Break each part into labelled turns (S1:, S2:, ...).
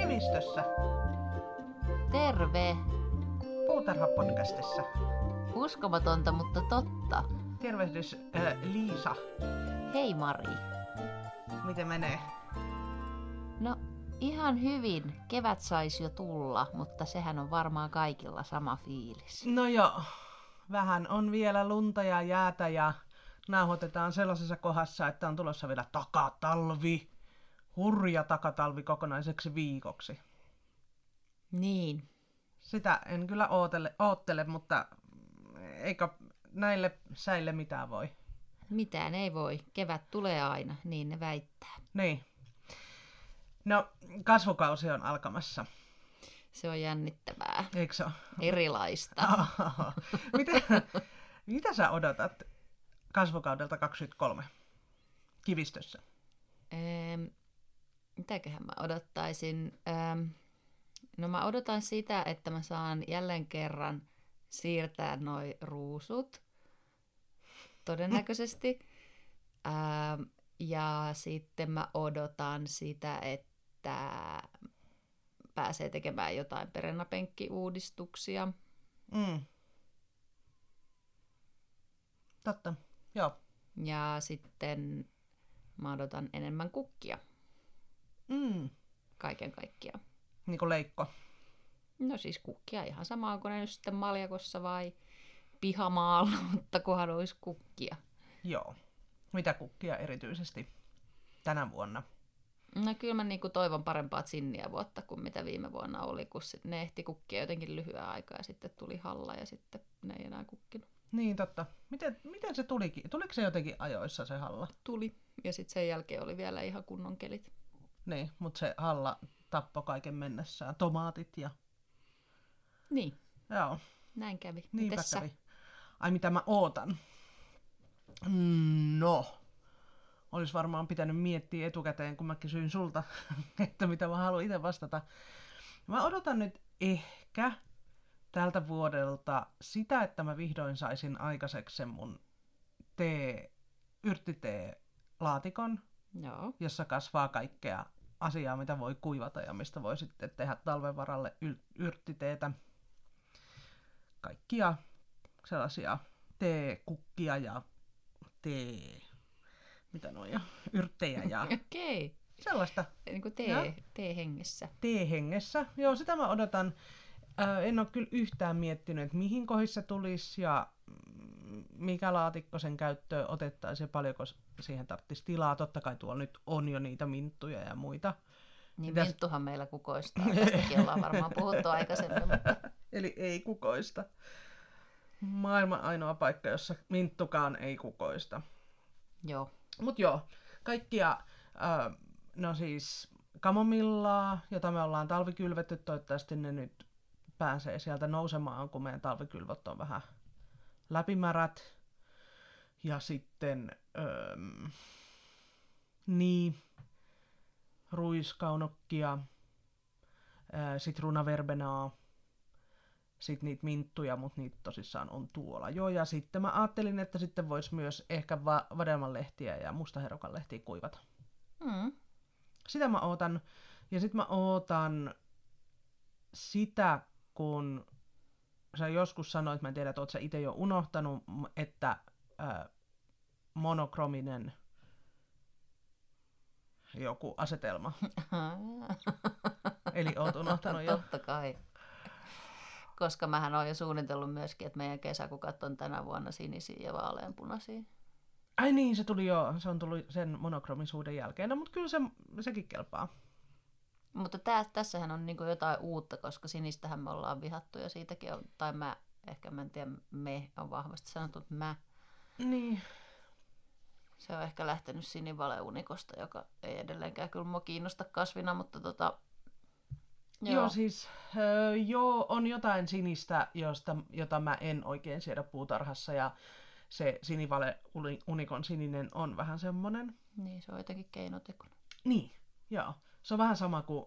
S1: Nimistössä,
S2: Terve!
S1: Puutarhapodcastissa.
S2: Uskomatonta, mutta totta.
S1: Tervehdys äh, Liisa,
S2: Hei Mari.
S1: miten menee?
S2: No, ihan hyvin. Kevät saisi jo tulla, mutta sehän on varmaan kaikilla sama fiilis.
S1: No joo, vähän on vielä lunta ja jäätä ja nauhoitetaan sellaisessa kohdassa, että on tulossa vielä takatalvi. Hurja takatalvi kokonaiseksi viikoksi.
S2: Niin.
S1: Sitä en kyllä ootele, oottele, mutta eikä näille säille mitään voi.
S2: Mitään ei voi. Kevät tulee aina, niin ne väittää.
S1: Niin. No, kasvukausi on alkamassa,
S2: Se on jännittävää.
S1: eikö se ole?
S2: Erilaista.
S1: Aha. mitä, mitä sä odotat kasvukaudelta 23 kivistössä?
S2: Ähm, mitäköhän mä odottaisin? Ähm, no mä odotan sitä, että mä saan jälleen kerran siirtää noi ruusut. Todennäköisesti. Ähm, ja sitten mä odotan sitä, että pääsee tekemään jotain perennapenkkiuudistuksia.
S1: Mm. Totta, joo.
S2: Ja sitten mä odotan enemmän kukkia
S1: Mm.
S2: kaiken kaikkiaan.
S1: Niin kuin leikko.
S2: No siis kukkia ihan sama, onko ne nyt sitten maljakossa vai pihamaalla, mutta kunhan olisi kukkia.
S1: Joo. Mitä kukkia erityisesti tänä vuonna?
S2: No kyllä mä niinku toivon parempaa sinniä vuotta kuin mitä viime vuonna oli, kun sit ne ehti kukkia jotenkin lyhyen aikaa ja sitten tuli halla ja sitten ne ei enää kukkinut.
S1: Niin totta. Miten, miten se tulikin? Tuliko se jotenkin ajoissa se halla?
S2: Tuli ja sitten sen jälkeen oli vielä ihan kunnon kelit.
S1: Niin, mutta se halla tappoi kaiken mennessään. Tomaatit ja...
S2: Niin,
S1: Joo.
S2: näin kävi.
S1: Niinpä
S2: Mites sä?
S1: kävi. Ai mitä mä ootan? Mm, No, olisi varmaan pitänyt miettiä etukäteen, kun mä kysyin sulta, että mitä mä haluan itse vastata. Mä odotan nyt ehkä tältä vuodelta sitä, että mä vihdoin saisin aikaiseksi sen mun tee, yrttitee-laatikon,
S2: Joo,
S1: jossa kasvaa kaikkea asiaa, mitä voi kuivata ja mistä voi sitten tehdä talven varalle yl- yrttiteetä. Kaikkia sellaisia teekukkia ja tee... Mitä noja? Yrttejä ja
S2: okei. Okay.
S1: sellaista
S2: Niin kuin
S1: Joo.
S2: tee, tee hengessä.
S1: teehengessä. Joo, sitä mä odotan. Ö, en ole kyllä yhtään miettinyt, että mihin kohdissa tulisi ja mm, mikä laatikko sen käyttöön otettaisiin ja paljonko s- siihen tarvitsisi tilaa. Totta kai tuolla nyt on jo niitä minttuja ja muita.
S2: Niin
S1: Mitäs-
S2: Minttuhan meillä kukoistaa. Tästäkin ollaan varmaan puhuttu aikaisemmin, mutta
S1: Eli ei kukoista. Maailman ainoa paikka, jossa minttukaan ei kukoista.
S2: joo.
S1: Mut joo, kaikkia, ö, no siis kamomillaa, jota me ollaan talvikylvetty, toivottavasti ne nyt pääsee sieltä nousemaan, kun meidän talvikylvöt on vähän läpimärät. Ja sitten, ö, niin, ruiskaunokkia, ö, sitruunaverbenaa, sit niitä minttuja, mutta niitä tosissaan on tuolla. Joo, ja sitten mä ajattelin, että sitten voisi myös ehkä va- vadelmanlehtiä ja mustaherukan lehtiä kuivata.
S2: Mm.
S1: Sitä mä ootan. Ja sitten mä ootan sitä, kun sä joskus sanoit, mä en tiedä, että oot sä itse jo unohtanut, m- että ö, monokrominen joku asetelma.
S2: Mm.
S1: Eli oot unohtanut jo.
S2: Totta kai. Koska mähän olen jo suunnitellut myöskin, että meidän kesäkukat on tänä vuonna sinisiä ja vaaleanpunaisia.
S1: Ai niin, se tuli jo, se on tullut sen monokromisuuden jälkeen, no, mutta kyllä se, sekin kelpaa.
S2: Mutta tää, tässähän on niinku jotain uutta, koska sinistähän me ollaan vihattu ja siitäkin on, tai mä, ehkä mä en tiedä, me on vahvasti sanottu, että mä.
S1: Niin.
S2: Se on ehkä lähtenyt sinivaleuunikosta, joka ei edelleenkään kyllä mua kiinnosta kasvina, mutta tota,
S1: Joo, joo siis öö, joo, on jotain sinistä, josta, jota mä en oikein siedä puutarhassa ja se sinivale uni- unikon sininen on vähän semmonen.
S2: Niin, se on jotenkin keinotekoinen.
S1: Niin, joo. Se on vähän sama kuin,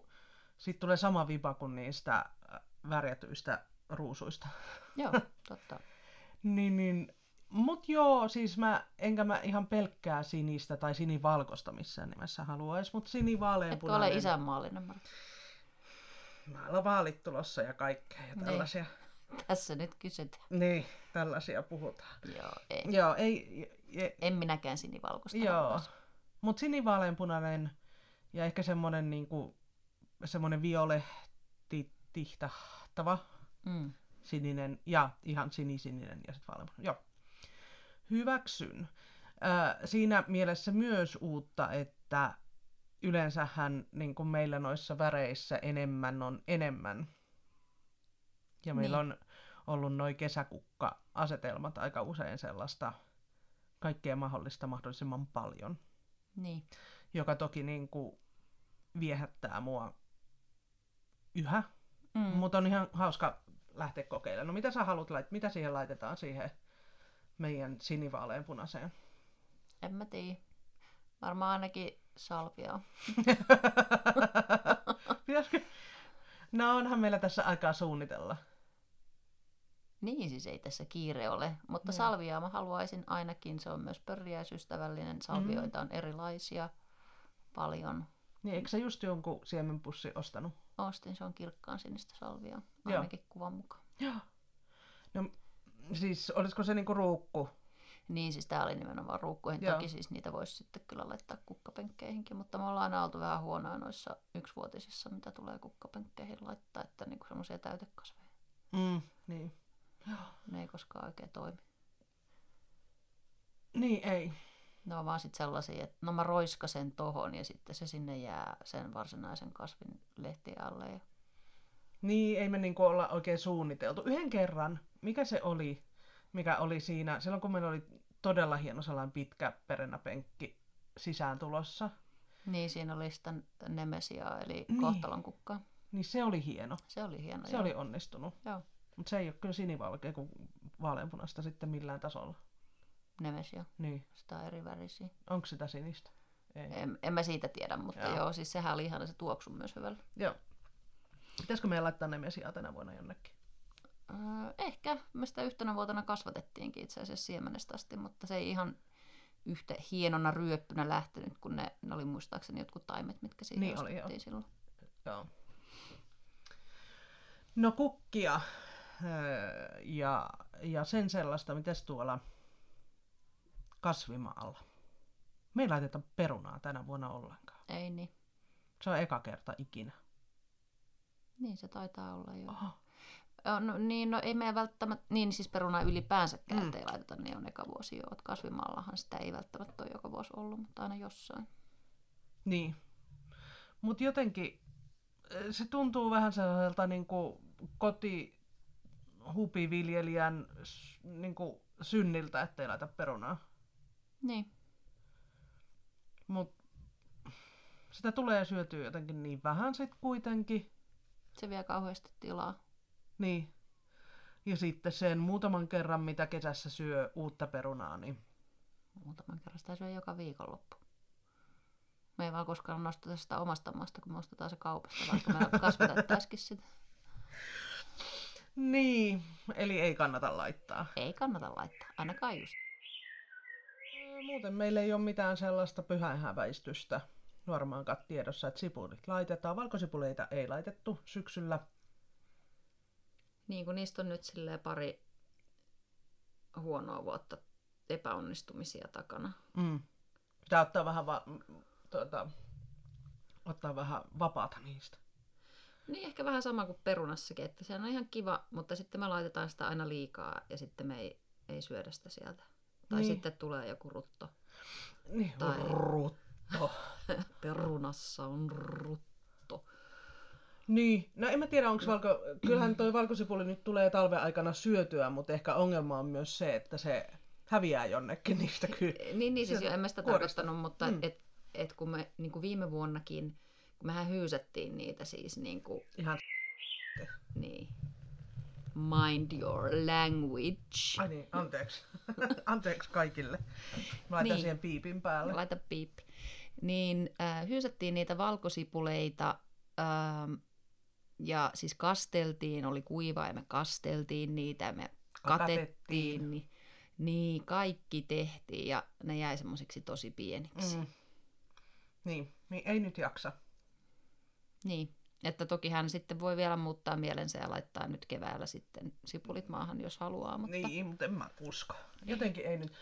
S1: sit tulee sama vipa kuin niistä äh, värjätyistä ruusuista.
S2: Joo, totta.
S1: Niin, niin. Mut joo, siis mä, enkä mä ihan pelkkää sinistä tai sinivalkosta missään nimessä haluais, mut
S2: Etkö ole
S1: sinivaaleanpunainen.
S2: isänmaallinen, Mari?
S1: Maalla on vaalit tulossa ja kaikkea ja
S2: Niin.
S1: tällaisia.
S2: Tässä nyt kysytään.
S1: Niin, niin tällaisia puhutaan.
S2: Joo, ei.
S1: Joo, ei, ei,
S2: En minäkään sinivalkoista.
S1: Joo.
S2: haluaisi.
S1: Mut sinivaaleanpunainen ja ehkä semmonen niinku, semmonen violehti tihtahava
S2: Mm.
S1: sininen ja ihan sinisininen ja sitten vaaleanpunainen. Joo. Hyväksyn. Ö, siinä mielessä myös uutta, että yleensähän niin kuin meillä noissa väreissä enemmän on enemmän. Ja meillä
S2: Niin.
S1: on ollut noi kesäkukka-asetelmat aika usein sellaista kaikkea mahdollista mahdollisimman paljon
S2: Niin.
S1: joka toki niin kuin viehättää mua yhä,
S2: Mm.
S1: mm. mutta on ihan hauska lähteä kokeilemaan. No mitä sä haluat, lait- mitä siihen laitetaan siihen meidän sinivaaleen punaiseen?
S2: En mä tiedä. Varmaan ainakin salvia.
S1: Pitäisikö- no onhan meillä tässä aikaa suunnitella.
S2: Niin siis ei tässä kiire ole, mutta
S1: Joo.
S2: salviaa mä haluaisin ainakin. Se on myös pörjäisystävällinen. Salvioita
S1: Mm.
S2: on erilaisia paljon.
S1: Niin eikö sä just jonkun siemenpussi ostanut?
S2: Ostin, se on kirkkaan sinistä salviaa,
S1: Joo.
S2: ainakin kuvan mukaan.
S1: Joo. No siis olisiko se niinku ruukku?
S2: Niin, siis tää oli nimenomaan ruukkuihin.
S1: Joo.
S2: Toki siis niitä voisi sitten kyllä laittaa kukkapenkkeihinkin, mutta me ollaan aina oltu vähän huonoja noissa yksivuotisissa, mitä tulee kukkapenkkeihin laittaa, että niinku semmoisia täytekasveja.
S1: Mm, niin.
S2: Ne ei koskaan oikein toimi.
S1: Niin ei.
S2: Ne on vaan sitten sellaisia, että no mä roiskasen tohon ja sitten se sinne jää sen varsinaisen kasvin lehti alle. Ja...
S1: Niin, ei me niinku olla oikein suunniteltu. Yhden kerran, mikä se oli, mikä oli siinä, silloin kun meillä oli todella hieno sellainen pitkä perennäpenkki sisään tulossa,
S2: Niin, siinä oli sitä Nemesia, eli
S1: Niin.
S2: niin. kohtalon kukkaa.
S1: niin se oli hieno.
S2: Se oli hieno.
S1: Se
S2: joo.
S1: oli onnistunut.
S2: Joo.
S1: Mutta se ei ole kyllä sinivalkea kuin vaaleanpunaista sitten millään tasolla.
S2: Nemesia,
S1: Niin,
S2: sitä on eri värisiä.
S1: onko sitä sinistä? Ei.
S2: En, en mä siitä tiedä, mutta
S1: Joo.
S2: joo. joo, siis sehän oli ihana, se tuoksu myös hyvällä.
S1: Joo. Pitäisikö meidän laittaa ne mesiä tänä vuonna jonnekin?
S2: Öö, ehkä me sitä yhtenä vuotena kasvatettiinkin itse asiassa siemenestä asti, mutta se ei ihan yhtä hienona ryöppynä lähtenyt, kun ne, ne oli muistaakseni jotkut taimet, mitkä siihen
S1: Niin oli, joo.
S2: ostettiin silloin.
S1: Joo. No kukkia öö, ja, ja sen sellaista, mitäs tuolla kasvimaalla. Me ei laiteta perunaa tänä vuonna ollenkaan.
S2: Ei niin.
S1: Se on eka kerta ikinä.
S2: Niin se taitaa olla joo.
S1: Oho.
S2: Joo, No, niin, no ei meidän välttämättä, niin siis peruna ylipäänsäkään
S1: Mm.
S2: mm. ei laiteta, niin on eka vuosi jo. Et Kasvimaallahan sitä ei välttämättä ole joka vuosi ollut, mutta aina jossain.
S1: Niin. Mutta jotenkin ö, se tuntuu vähän sellaiselta niin kuin kotihupiviljelijän s- niin kuin synniltä, ettei laita perunaa.
S2: Niin,
S1: Mut sitä tulee syötyä jotenkin niin vähän sit kuitenkin.
S2: se vie kauheasti tilaa.
S1: Niin. Ja sitten sen muutaman kerran, mitä kesässä syö uutta perunaa, niin
S2: Muutaman kerran sitä syö joka viikonloppu. Me ei vaan koskaan nosteta sitä omasta maasta, kun me ostetaan se kaupasta, vaikka me kasvatettaisikin sitä.
S1: niin, eli ei kannata laittaa.
S2: Ei kannata laittaa, ainakaan just.
S1: Muuten meillä ei ole mitään sellaista pyhäinhäväistystä varmaankaan tiedossa, että sipulit laitetaan. Valkosipuleita ei laitettu syksyllä.
S2: Niin kun niistä on nyt silleen pari huonoa vuotta epäonnistumisia takana.
S1: Mm. Pitää ottaa vähän, va- m- tuota, ottaa vähän vapaata niistä.
S2: Niin ehkä vähän sama kuin perunassakin, että se on ihan kiva, mutta sitten me laitetaan sitä aina liikaa ja sitten me ei, ei syödä sitä sieltä. Tai
S1: Niin.
S2: niin. sitten tulee joku rutto.
S1: Niin,
S2: Tai-
S1: rutto.
S2: Perunassa on rutto.
S1: Niin, no en mä tiedä, onko valko... Kyllähän toi valkosipuli nyt tulee talven aikana syötyä, mutta ehkä ongelma on myös se, että se häviää jonnekin niistä kyllä.
S2: Niin, niin siis
S1: Se
S2: jo, en mä sitä
S1: kuorista.
S2: tarkoittanut, mutta
S1: Mm.
S2: mm. et, et kun me niin kuin viime vuonnakin, kun mehän hyysättiin niitä siis niin kuin,
S1: Ihan...
S2: niin, mind your language.
S1: Ai niin, anteeksi. anteeksi kaikille. Mä laitan niin.
S2: Niin.
S1: siihen piipin päälle.
S2: Laita piippi. Niin äh, hyysättiin niitä valkosipuleita ähm, ja siis kasteltiin, oli kuiva ja me kasteltiin niitä ja me
S1: Katettiin.
S2: katettiin. katettiin niin, niin, kaikki tehtiin ja ne jäi semmoisiksi
S1: Niin.
S2: tosi pieniksi. Mm.
S1: Mm. Niin, niin ei nyt jaksa.
S2: Niin, Että toki hän sitten voi vielä muuttaa mielensä ja laittaa nyt keväällä sitten sipulit maahan, jos haluaa. Mutta...
S1: Niin, mutta Niin. en mä usko. Jotenkin ei nyt.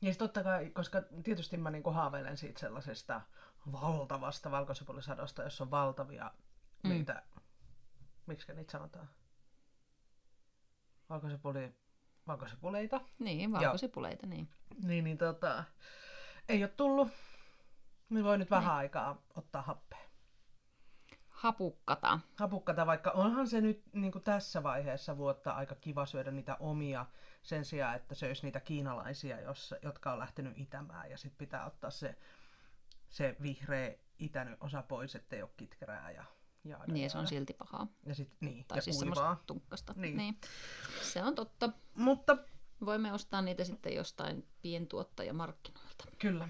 S1: Ja sit totta kai, koska tietysti mä niinku haaveilen siitä sellaisesta valtavasta valkosipulisadosta, jossa on valtavia
S2: Mm.
S1: mm. niitä, miksi niitä sanotaan? Valkosipuli, valkosipuleita.
S2: Niin, valkosipuleita, niin.
S1: Niin, niin tota, ei ole tullut. Niin voi nyt vähän aikaa ottaa happea.
S2: Hapukkata.
S1: hapukkata, vaikka onhan se nyt niin kuin tässä vaiheessa vuotta aika kiva syödä niitä omia sen sijaan, että söisi niitä kiinalaisia, jos, jotka on lähtenyt itämään ja sitten pitää ottaa se, se vihreä itänyt osa pois, ettei ole kitkerää ja jaada.
S2: Niin, se on
S1: jaada.
S2: silti pahaa.
S1: Ja sit, niin,
S2: Tai
S1: ja
S2: siis
S1: kuivaa.
S2: semmoista tunkkasta.
S1: Niin.
S2: Niin. niin. Se on totta.
S1: Mutta
S2: Voimme ostaa niitä sitten jostain pientuottajamarkkinoilta.
S1: kyllä,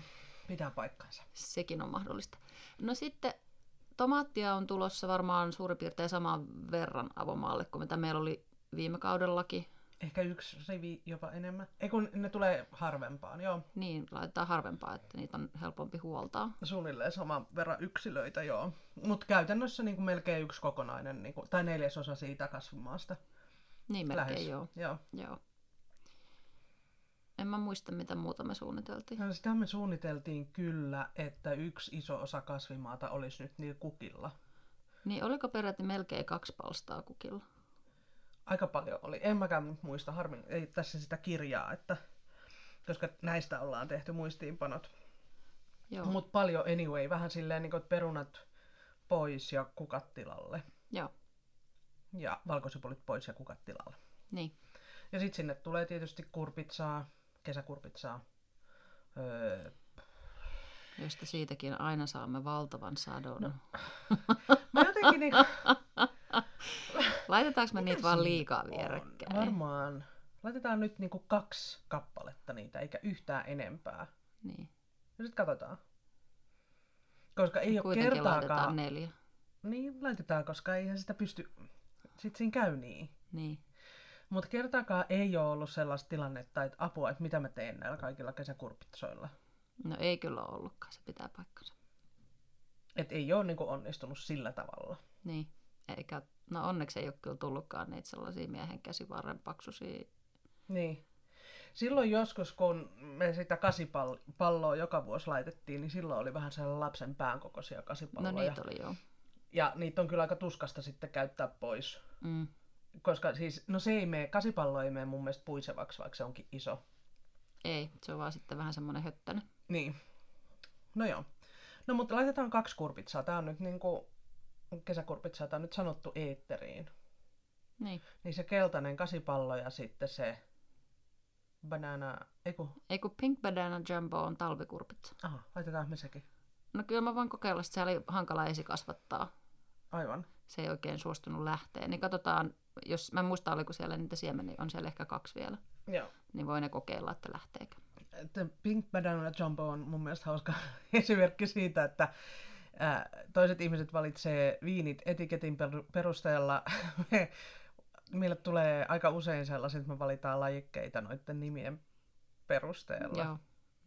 S1: pitää paikkansa.
S2: Sekin on mahdollista. No sitten tomaattia on tulossa varmaan suurin piirtein saman verran avomaalle kuin mitä meillä oli viime kaudellakin.
S1: Ehkä yksi rivi jopa enemmän. Ei kun ne tulee harvempaan, joo.
S2: Niin, laitetaan harvempaa, että niitä on helpompi huoltaa.
S1: suunnilleen saman verran yksilöitä, joo. Mutta käytännössä niin kuin melkein yksi kokonainen, niin kuin, tai neljäsosa siitä kasvimaasta.
S2: Niin melkein, joo.
S1: joo.
S2: joo. En mä muista, mitä muuta me suunniteltiin.
S1: No, sitä me suunniteltiin kyllä, että yksi iso osa kasvimaata olisi nyt niillä kukilla.
S2: Niin, oliko peräti melkein kaksi palstaa kukilla?
S1: Aika paljon oli. En mäkään nyt muista, harmi, ei tässä sitä kirjaa, että koska näistä ollaan tehty muistiinpanot.
S2: Joo. Mut...
S1: Mutta paljon anyway, vähän silleen niin kuin, että perunat pois ja kukat tilalle.
S2: joo.
S1: Ja valkosipulit pois ja kukat tilalle.
S2: Niin.
S1: Ja sitten sinne tulee tietysti kurpitsaa, kesäkurpitsaa. Öö,
S2: Josta siitäkin aina saamme valtavan sadon. No.
S1: mä jotenkin niin,
S2: Laitetaanko me niitä vaan
S1: siinä
S2: liikaa
S1: on?
S2: vierekkäin?
S1: Varmaan. Laitetaan nyt niinku kaksi kappaletta niitä, eikä yhtään enempää.
S2: Niin.
S1: Ja sitten katsotaan. Koska ei ole
S2: Kuitenkin laitetaan
S1: No, kertaakaan.
S2: neljä.
S1: Niin, laitetaan, koska eihän sitä pysty... Sitten siinä käy niin.
S2: Niin.
S1: Mutta kertaakaan ei ole ollut sellaista tilannetta, että apua, että mitä mä teen näillä kaikilla kesäkurpitsoilla.
S2: No ei kyllä ole ollutkaan, se pitää paikkansa.
S1: Että ei ole niinku onnistunut sillä tavalla.
S2: Niin. Eikä, no onneksi ei ole kyllä tullutkaan niitä sellaisia miehen käsivarren paksuisia.
S1: Niin. Silloin joskus, kun me sitä kasipalloa joka vuosi laitettiin, niin silloin oli vähän sellainen lapsen pään kokoisia
S2: No
S1: kasipalloja.
S2: niitä oli joo.
S1: Ja niitä on kyllä aika tuskasta sitten käyttää pois.
S2: Mm.
S1: Koska siis, no se ei mene, kasipallo ei mene mun mielestä puisevaksi, vaikka se onkin iso.
S2: Ei, se on vaan sitten vähän semmoinen höttönen.
S1: Niin. No joo. No mutta laitetaan kaksi kurpitsaa. Tää on nyt niinku, kesäkurpitsaa, tää on nyt sanottu eetteriin.
S2: Niin.
S1: Niin se keltainen kasipallo ja sitten se banana, ei kun,
S2: Ei kun Pink Banana Jumbo on talvikurpit.
S1: aha, laitetaan me sekin.
S2: No kyllä mä voin kokeilla, sitä oli hankala esikasvattaa.
S1: Aivan.
S2: Se ei oikein suostunut lähteen. Niin katsotaan, jos mä en muista oliko siellä niitä siemeniä, on siellä ehkä kaksi vielä.
S1: Joo.
S2: Niin voi ne kokeilla, että lähteekö.
S1: The Pink Banana Jumbo on mun mielestä hauska esimerkki siitä, että ää, toiset ihmiset valitsee viinit etiketin per- perusteella. Me- Meille tulee aika usein sellaiset, että me valitaan lajikkeita noiden nimien perusteella.
S2: Joo,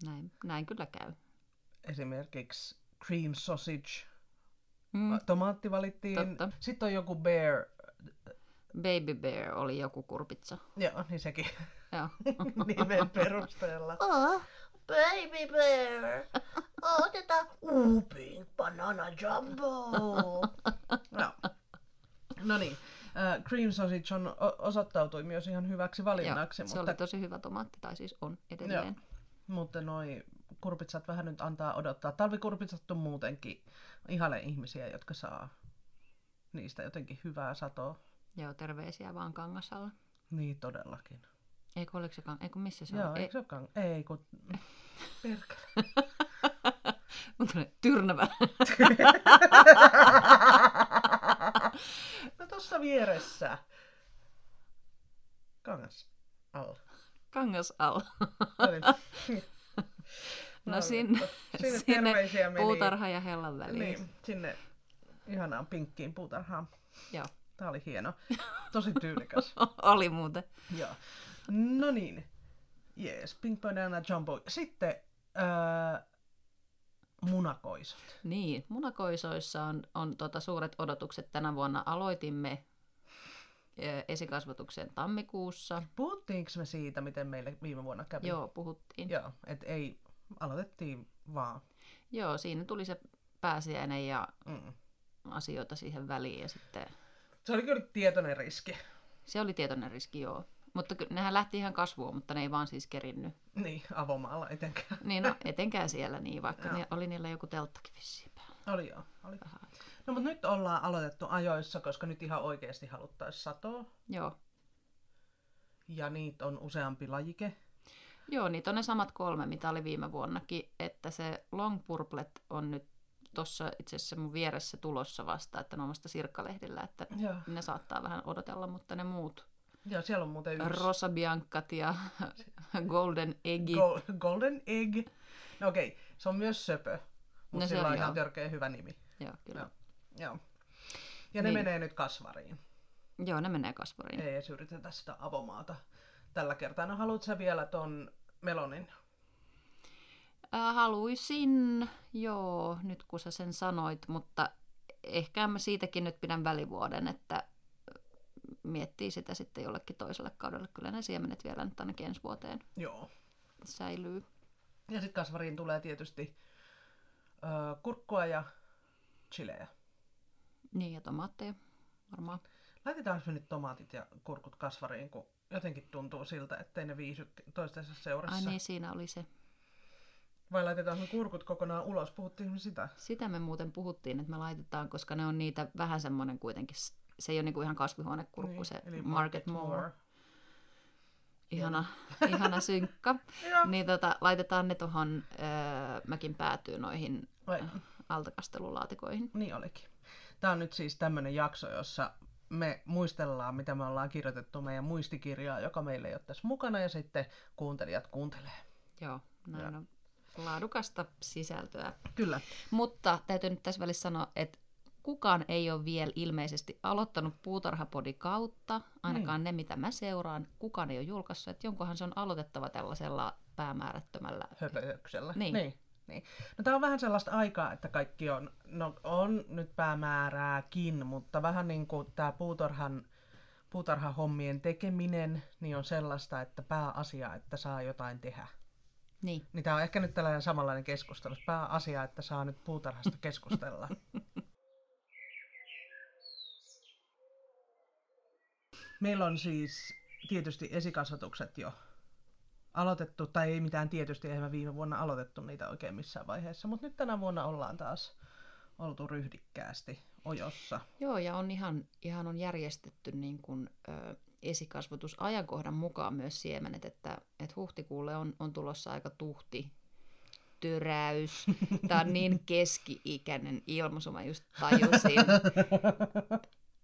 S2: näin, näin kyllä käy.
S1: Esimerkiksi cream sausage,
S2: Mm.
S1: tomaatti valittiin.
S2: Totta.
S1: Sitten on joku bear,
S2: Baby Bear oli joku kurpitsa.
S1: joo, niin sekin
S2: Joo.
S1: nimen perusteella.
S2: Oh.
S1: Baby bear, otetaan uu pink banana jumbo. no. no niin, Äh, cream sausage on o- osoittautui myös ihan hyväksi
S2: Joo,
S1: valinnaksi,
S2: se oli
S1: mutta,
S2: tosi hyvä tomaatti, tai siis on edelleen. Joo.
S1: mutta noi kurpitsat vähän nyt antaa odottaa. Talvikurpitsat on muutenkin ihale ihmisiä, jotka saa niistä jotenkin hyvää satoa.
S2: Joo, terveisiä vaan Kangasalle.
S1: Niin todellakin.
S2: Eikö oliko se kan... Eikö missä se
S1: Se Joo,
S2: oli? e-
S1: eikö se olekaan? Ei, kun... Perkele.
S2: Mun tulee tyrnävä.
S1: No tossa vieressä. Kangas. Alla.
S2: Kangasal.
S1: No niin.
S2: No sinne,
S1: Sinne,
S2: sinne
S1: terveisiä meni.
S2: puutarha ja hellan väliin. Niin.
S1: Niin, sinne ihanaan pinkkiin puutarhaan.
S2: Joo,
S1: Tää oli hieno. Tosi tyylikäs.
S2: oli muuten.
S1: Joo. No niin. Jees, Pink Banana Jumbo. Sitten, öö, munakoiset.
S2: Niin, munakoisoissa on, on tota suuret odotukset. Tänä vuonna aloitimme ö, esikasvatuksen tammikuussa.
S1: Puhuttiinko me siitä, miten meille viime vuonna kävi?
S2: Joo, puhuttiin. Joo.
S1: Joo, et ei, aloitettiin vaan.
S2: Joo, siinä tuli se pääsiäinen ja
S1: Mm.
S2: asioita siihen väliin ja sitten
S1: Se oli kyllä tietoinen riski.
S2: se oli tietoinen riski, joo. Mutta ky- nehän lähti ihan kasvuun, mutta ne ei vaan siis kerinnyt.
S1: Niin, avomaalla etenkään.
S2: Niin no, etenkään siellä niin, vaikka
S1: Joo.
S2: ne, oli niillä joku telttakin vissiin päällä.
S1: Oli joo, oli.
S2: vähän aikaa.
S1: No mutta nyt ollaan aloitettu ajoissa, koska nyt ihan oikeasti haluttaisiin satoa.
S2: Joo.
S1: Ja niitä on useampi lajike.
S2: Joo, niitä on ne samat kolme, mitä oli viime vuonnakin, että se long purplet on nyt tuossa itse asiassa mun vieressä tulossa vasta, että ne on vasta sirkkalehdillä, että
S1: Joo.
S2: ne saattaa vähän odotella, mutta ne muut,
S1: Joo, siellä on muuten yksi.
S2: rosabiankat ja golden eggi,
S1: Go- Golden Egg. No okei, se on myös söpö.
S2: No
S1: Mutta
S2: se
S1: sillä
S2: on
S1: on ihan
S2: joo.
S1: törkeä hyvä nimi.
S2: joo, kyllä.
S1: Joo. Joo. Ja ne
S2: Niin.
S1: menee nyt kasvariin.
S2: Joo. ne menee kasvariin.
S1: Ei edes yritetä sitä avomaata tällä kertaa. No haluatko sä vielä ton melonin?
S2: Äh, haluisin, joo, nyt kun sä sen sanoit, mutta ehkä mä siitäkin nyt pidän välivuoden, että miettii sitä sitten jollekin toiselle kaudelle. Kyllä ne siemenet vielä nyt ainakin ensi vuoteen
S1: Joo.
S2: säilyy.
S1: Ja sitten kasvariin tulee tietysti ö, kurkkua ja chilejä.
S2: Niin, ja tomaatteja varmaan.
S1: Laitetaanko me nyt tomaatit ja kurkut kasvariin, kun jotenkin tuntuu siltä, ettei ne viisy toistensa seurassa.
S2: Ai niin, siinä oli se.
S1: Vai laitetaanko me kurkut kokonaan ulos? Puhuttiinko me sitä?
S2: Sitä me muuten puhuttiin, että me laitetaan, koska ne on niitä vähän semmoinen kuitenkin, s- se ei ole niinku ihan kasvihuonekurkku, niin, se
S1: eli
S2: Market More.
S1: more.
S2: Ihana, ihana synkka.
S1: Joo.
S2: Niin tota, laitetaan ne tuohon, öö, mäkin päätyy noihin
S1: Vai,
S2: altakastelulaatikoihin.
S1: niin olikin. Tämä on nyt siis tämmöinen jakso, jossa me muistellaan, mitä me ollaan kirjoitettu meidän muistikirjaa, joka meillä ei ole tässä mukana, ja sitten kuuntelijat kuuntelee.
S2: Joo, näin
S1: Ja.
S2: on laadukasta sisältöä.
S1: Kyllä.
S2: Mutta täytyy nyt tässä välissä sanoa, että kukaan ei ole vielä ilmeisesti aloittanut puutarhapodi kautta, ainakaan ne mitä mä seuraan, kukaan ei ole julkaissut, että jonkunhan se on aloitettava tällaisella päämäärättömällä.
S1: höpötyksellä.
S2: Niin.
S1: niin. niin. No tää on vähän sellaista aikaa, että kaikki on, no on nyt päämäärääkin, mutta vähän niin kuin tää puutarhan, puutarhahommien tekeminen, niin on sellaista, että pääasia, että saa jotain tehdä.
S2: Niin,
S1: Niin tää on ehkä nyt tällainen samanlainen keskustelu, että pääasia, että saa nyt puutarhasta keskustella. Meillä on siis tietysti esikasvatukset jo aloitettu, tai ei mitään tietysti, eihän me viime vuonna aloitettu niitä oikein missään vaiheessa, mutta nyt tänä vuonna ollaan taas oltu ryhdikkäästi ojossa.
S2: joo ja on ihan, ihan on järjestetty niin kuin, ö, esikasvatusajankohdan mukaan myös siemenet, että, että huhtikuulle on, on tulossa aika tuhti töräys. Tämä on niin keski-ikäinen ilmaisu, mä just tajusin.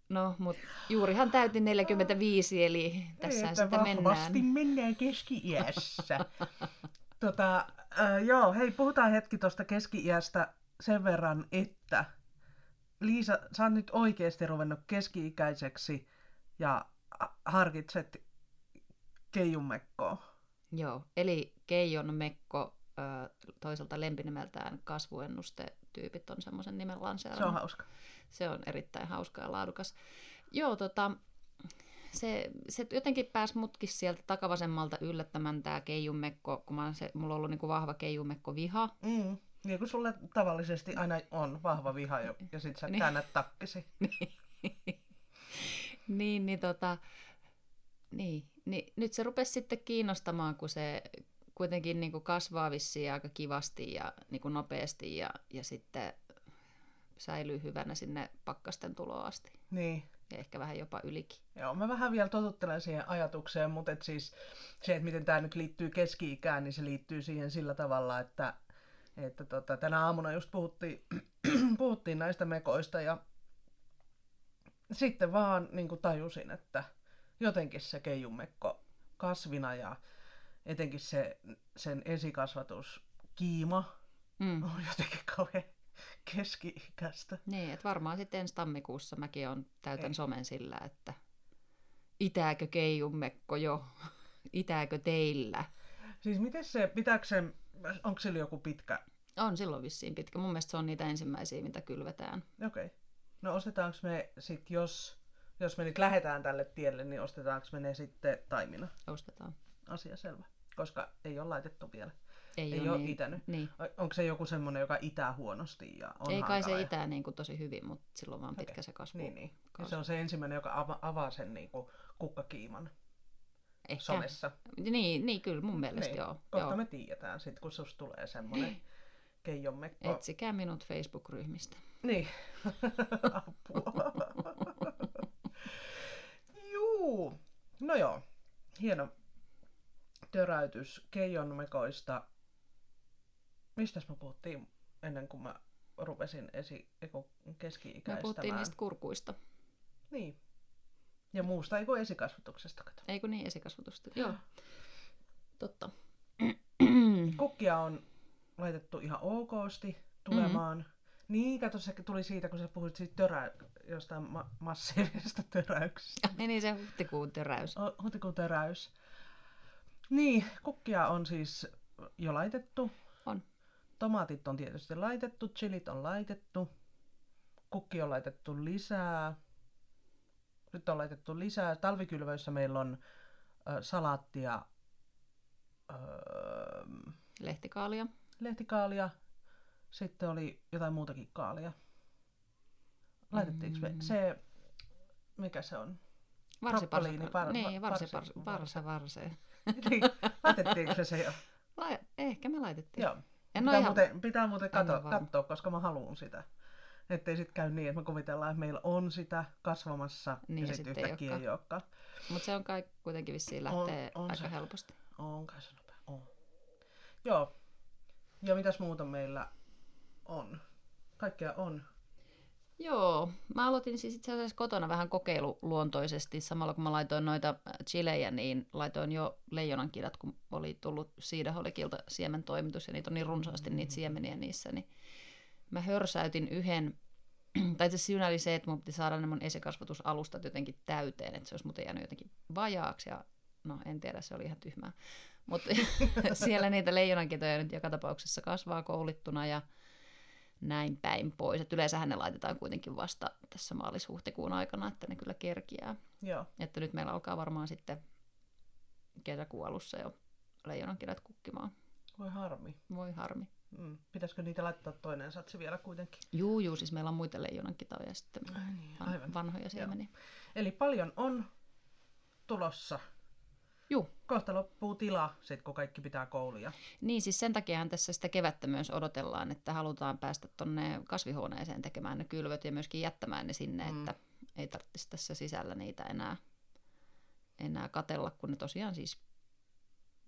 S2: No, mutta juurihan täytin 45, eli tässä
S1: että
S2: sitä mennään.
S1: vahvasti mennään keski-iässä. tota, äh, joo, hei, puhutaan hetki tuosta keski-iästä sen verran, että Liisa, sä oot nyt oikeasti ruvennut keski-ikäiseksi ja ha- harkitset keijumekkoa.
S2: Joo, eli Keijon Mekko, ö, toiselta lempinimeltään kasvuennustetyypit on semmoisen nimen
S1: Se on
S2: lanseerannut.
S1: hauska.
S2: Se on erittäin hauska ja laadukas. Joo, tota, se, se jotenkin pääsi mutkin sieltä takavasemmalta yllättämään tämä keijumekko, kun mä oon se, mulla on ollut niinku vahva keijumekko viha.
S1: Mm. Niin kuin sulle tavallisesti aina on vahva viha jo, ja sit sä
S2: Niin.
S1: käännät takkisi.
S2: Niin, niin tota, niin, niin, nyt se rupesi sitten kiinnostamaan, kun se kuitenkin niin kuin kasvaa vissiin aika kivasti ja niin kuin nopeasti ja, ja sitten säilyy hyvänä sinne pakkasten tuloon asti
S1: Niin.
S2: ja ehkä vähän jopa ylikin.
S1: Joo, mä vähän vielä totuttelen siihen ajatukseen, mutta et siis se, että miten tämä nyt liittyy keski-ikään, niin se liittyy siihen sillä tavalla, että, että tota, tänä aamuna just puhuttiin, puhuttiin näistä mekoista ja sitten vaan niin kuin tajusin, että jotenkin se keijumekko kasvina ja etenkin se, sen esikasvatus kiima
S2: Mm.
S1: on jotenkin kauhean keski-ikäistä.
S2: Niin, että varmaan sitten ensi tammikuussa mäkin on täytän
S1: Ei.
S2: somen sillä, että itääkö keijumekko jo, itääkö teillä.
S1: Siis miten se, pitääkö se, onko sillä joku pitkä
S2: On silloin vissiin pitkä. Mun mielestä se on niitä ensimmäisiä, mitä kylvetään.
S1: Okei. Okay. No ostetaanko me sit, jos, jos me nyt lähdetään tälle tielle, niin ostetaanko me ne sitten taimina?
S2: Ostetaan.
S1: Asia selvä. Koska ei ole laitettu vielä.
S2: Ei,
S1: Ei, ei
S2: oo
S1: ole
S2: niin.
S1: itänyt.
S2: Niin.
S1: O- Onko se joku semmoinen, joka itää huonosti ja on
S2: Ei kai se
S1: hankala ja-
S2: itää niin kuin tosi hyvin, mutta silloin vaan pitkä
S1: Okei.
S2: se kasvu.
S1: Niin, niin. Ja
S2: kasvu.
S1: se on se ensimmäinen, joka ava- avaa sen niin kuin, kukkakiiman
S2: Ehkä.
S1: somessa.
S2: Niin, niin, kyllä mun mielestä
S1: Niin.
S2: joo.
S1: Kohta
S2: joo.
S1: me Niin. tiedetään sitten, kun sus tulee semmoinen keijonmekko.
S2: Etsikää minut Facebook-ryhmistä.
S1: Niin. Apua. Juu. No joo. Hieno töräytys keijonmekoista. Mistäs me puhuttiin ennen kuin mä rupesin esi- eiku,
S2: Me
S1: keski-ikäistämään?
S2: puhuttiin niistä kurkuista.
S1: Niin. Ja muusta ei kuin esikasvatuksesta kato.
S2: Eikö niin esikasvatusta? Joo. Totta.
S1: Kukkia on laitettu ihan okosti tulemaan.
S2: Mm-hmm.
S1: Niin, kato se tuli siitä, kun sä puhuit siitä törä, jostain ma- massiivisesta töräyksestä.
S2: Meni Niin, se huhtikuun töräys.
S1: O- Huhtikuun töräys. Niin, kukkia on siis jo laitettu.
S2: On.
S1: Tomaatit on tietysti laitettu, chilit on laitettu. Kukki on laitettu lisää. Nyt on laitettu lisää. Talvikylvöissä meillä on ö, salaattia, ö,
S2: Lehtikaalia.
S1: lehtikaalia, sitten oli jotain muutakin kaalia. Laitettiinko me
S2: Mm.
S1: se, mikä se on? Brokkoliini,
S2: Varsiparse.
S1: var-
S2: niin,
S1: var-
S2: varsi,
S1: varsi-
S2: varsi, varse, varse.
S1: Niin, Laitettiinko me se jo?
S2: Lai, ehkä me laitettiin.
S1: Joo.
S2: En
S1: pitää,
S2: ole ihan...
S1: muuten, pitää muuten
S2: en ole
S1: kato,
S2: varma.
S1: katsoa, koska mä haluan sitä. Ettei sit käy niin, että me kuvitellaan, että meillä on sitä kasvamassa
S2: Niin,
S1: ja
S2: ja
S1: sitten
S2: sitten ei
S1: yhtäkkiä ei olekaan.
S2: Mutta se on kai kuitenkin vissiin lähtee on,
S1: on
S2: on aika
S1: se.
S2: se. helposti.
S1: On kai se nopea. On. Joo. Ja mitäs muuta meillä on? Kaikkea on.
S2: Joo, mä aloitin siis itse asiassa kotona vähän kokeiluluontoisesti. Samalla kun mä laitoin noita äh, chilejä, niin laitoin jo leijonankidat, kun oli tullut siidaholikilta siementoimitus ja niitä on niin runsaasti niitä siemeniä niissä, niin mä hörsäytin yhden, tai itse asiassa siinä oli se, että mun piti saada ne mun esikasvatusalustat jotenkin täyteen, että se olisi muuten jäänyt jotenkin vajaaksi ja no en tiedä, se oli ihan tyhmää. Mutta siellä niitä leijonankitoja nyt joka tapauksessa kasvaa koulittuna ja näin päin pois. Et yleensähän ne laitetaan kuitenkin vasta tässä maalis-huhtikuun aikana, että ne kyllä kerkiää.
S1: Joo.
S2: Että nyt meillä alkaa varmaan sitten kesäkuun alussa jo leijonankirjat kukkimaan.
S1: Voi harmi.
S2: Voi harmi.
S1: Mm. Pitäisikö niitä laittaa toinen satsi vielä kuitenkin?
S2: Juu, juu, siis meillä on muita leijonankitoja sitten,
S1: Ai niin,
S2: van,
S1: aivan.
S2: vanhoja siemeniä.
S1: Eli paljon on tulossa.
S2: Juu,
S1: Kohta loppuu tila, sit kun kaikki pitää kouluja.
S2: niin siis sen takiahan tässä sitä kevättä myös odotellaan, että halutaan päästä tuonne kasvihuoneeseen tekemään ne kylvöt ja myöskin jättämään ne sinne,
S1: Mm.
S2: mm. että ei tarvitsisi tässä sisällä niitä enää, enää katella, kun ne tosiaan siis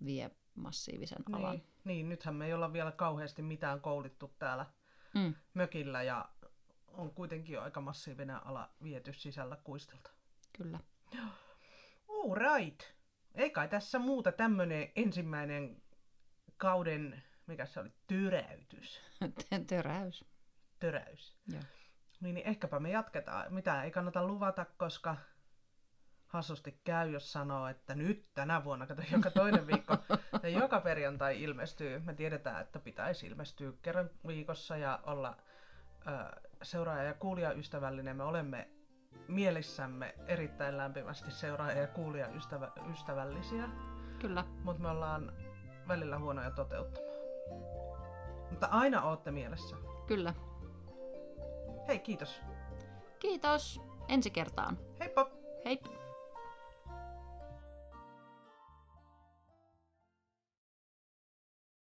S2: vie massiivisen alan.
S1: Niin. niin, nythän me ei olla vielä kauheasti mitään koulittu täällä
S2: Mm.
S1: mökillä ja on kuitenkin jo aika massiivinen ala viety sisällä kuistilta.
S2: Kyllä.
S1: All right. Ei kai tässä muuta tämmönen ensimmäinen kauden, mikä se oli, töräytys.
S2: Töräys.
S1: Töräys.
S2: Joo.
S1: Niin, niin ehkäpä me jatketaan. Mitä ei kannata luvata, koska hassusti käy, jos sanoo, että nyt tänä vuonna, kato joka toinen viikko ja joka perjantai ilmestyy. Me tiedetään, että pitäisi ilmestyä kerran viikossa ja olla ö, seuraaja- ja kuulijaystävällinen. Me olemme mielissämme erittäin lämpimästi seuraaja- ja kuulijaystävällisiä,
S2: Kyllä.
S1: mutta me ollaan välillä huonoja toteuttamaan. Mutta aina ootte mielessä.
S2: Kyllä.
S1: Hei, kiitos.
S2: Kiitos. Ensi kertaan.
S1: Heippa!
S2: Hei.